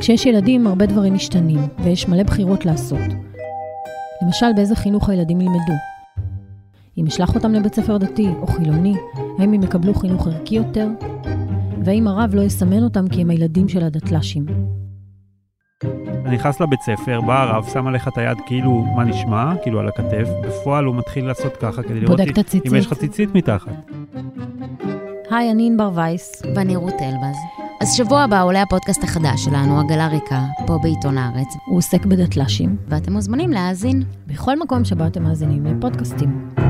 כשיש ילדים, הרבה דברים משתנים, ויש מלא בחירות לעשות. למשל, באיזה חינוך הילדים ילמדו? אם אשלח אותם לבית ספר דתי או חילוני, האם הם יקבלו חינוך ערכי יותר? והאם הרב לא יסמן אותם כי הם הילדים של הדתל"שים? אתה נכנס לבית ספר, בא הרב, שם עליך את היד כאילו, מה נשמע? כאילו על הכתף. בפועל הוא מתחיל לעשות ככה כדי לראות בודק את הציצית. אם יש לך ציצית מתחת. היי, אני ענבר וייס. ואני רות אלבז. אז שבוע הבא עולה הפודקאסט החדש שלנו, עגלה ריקה, פה בעיתון הארץ, הוא עוסק בדתל"שים, ואתם מוזמנים להאזין. בכל מקום שבו אתם מאזינים לפודקאסטים.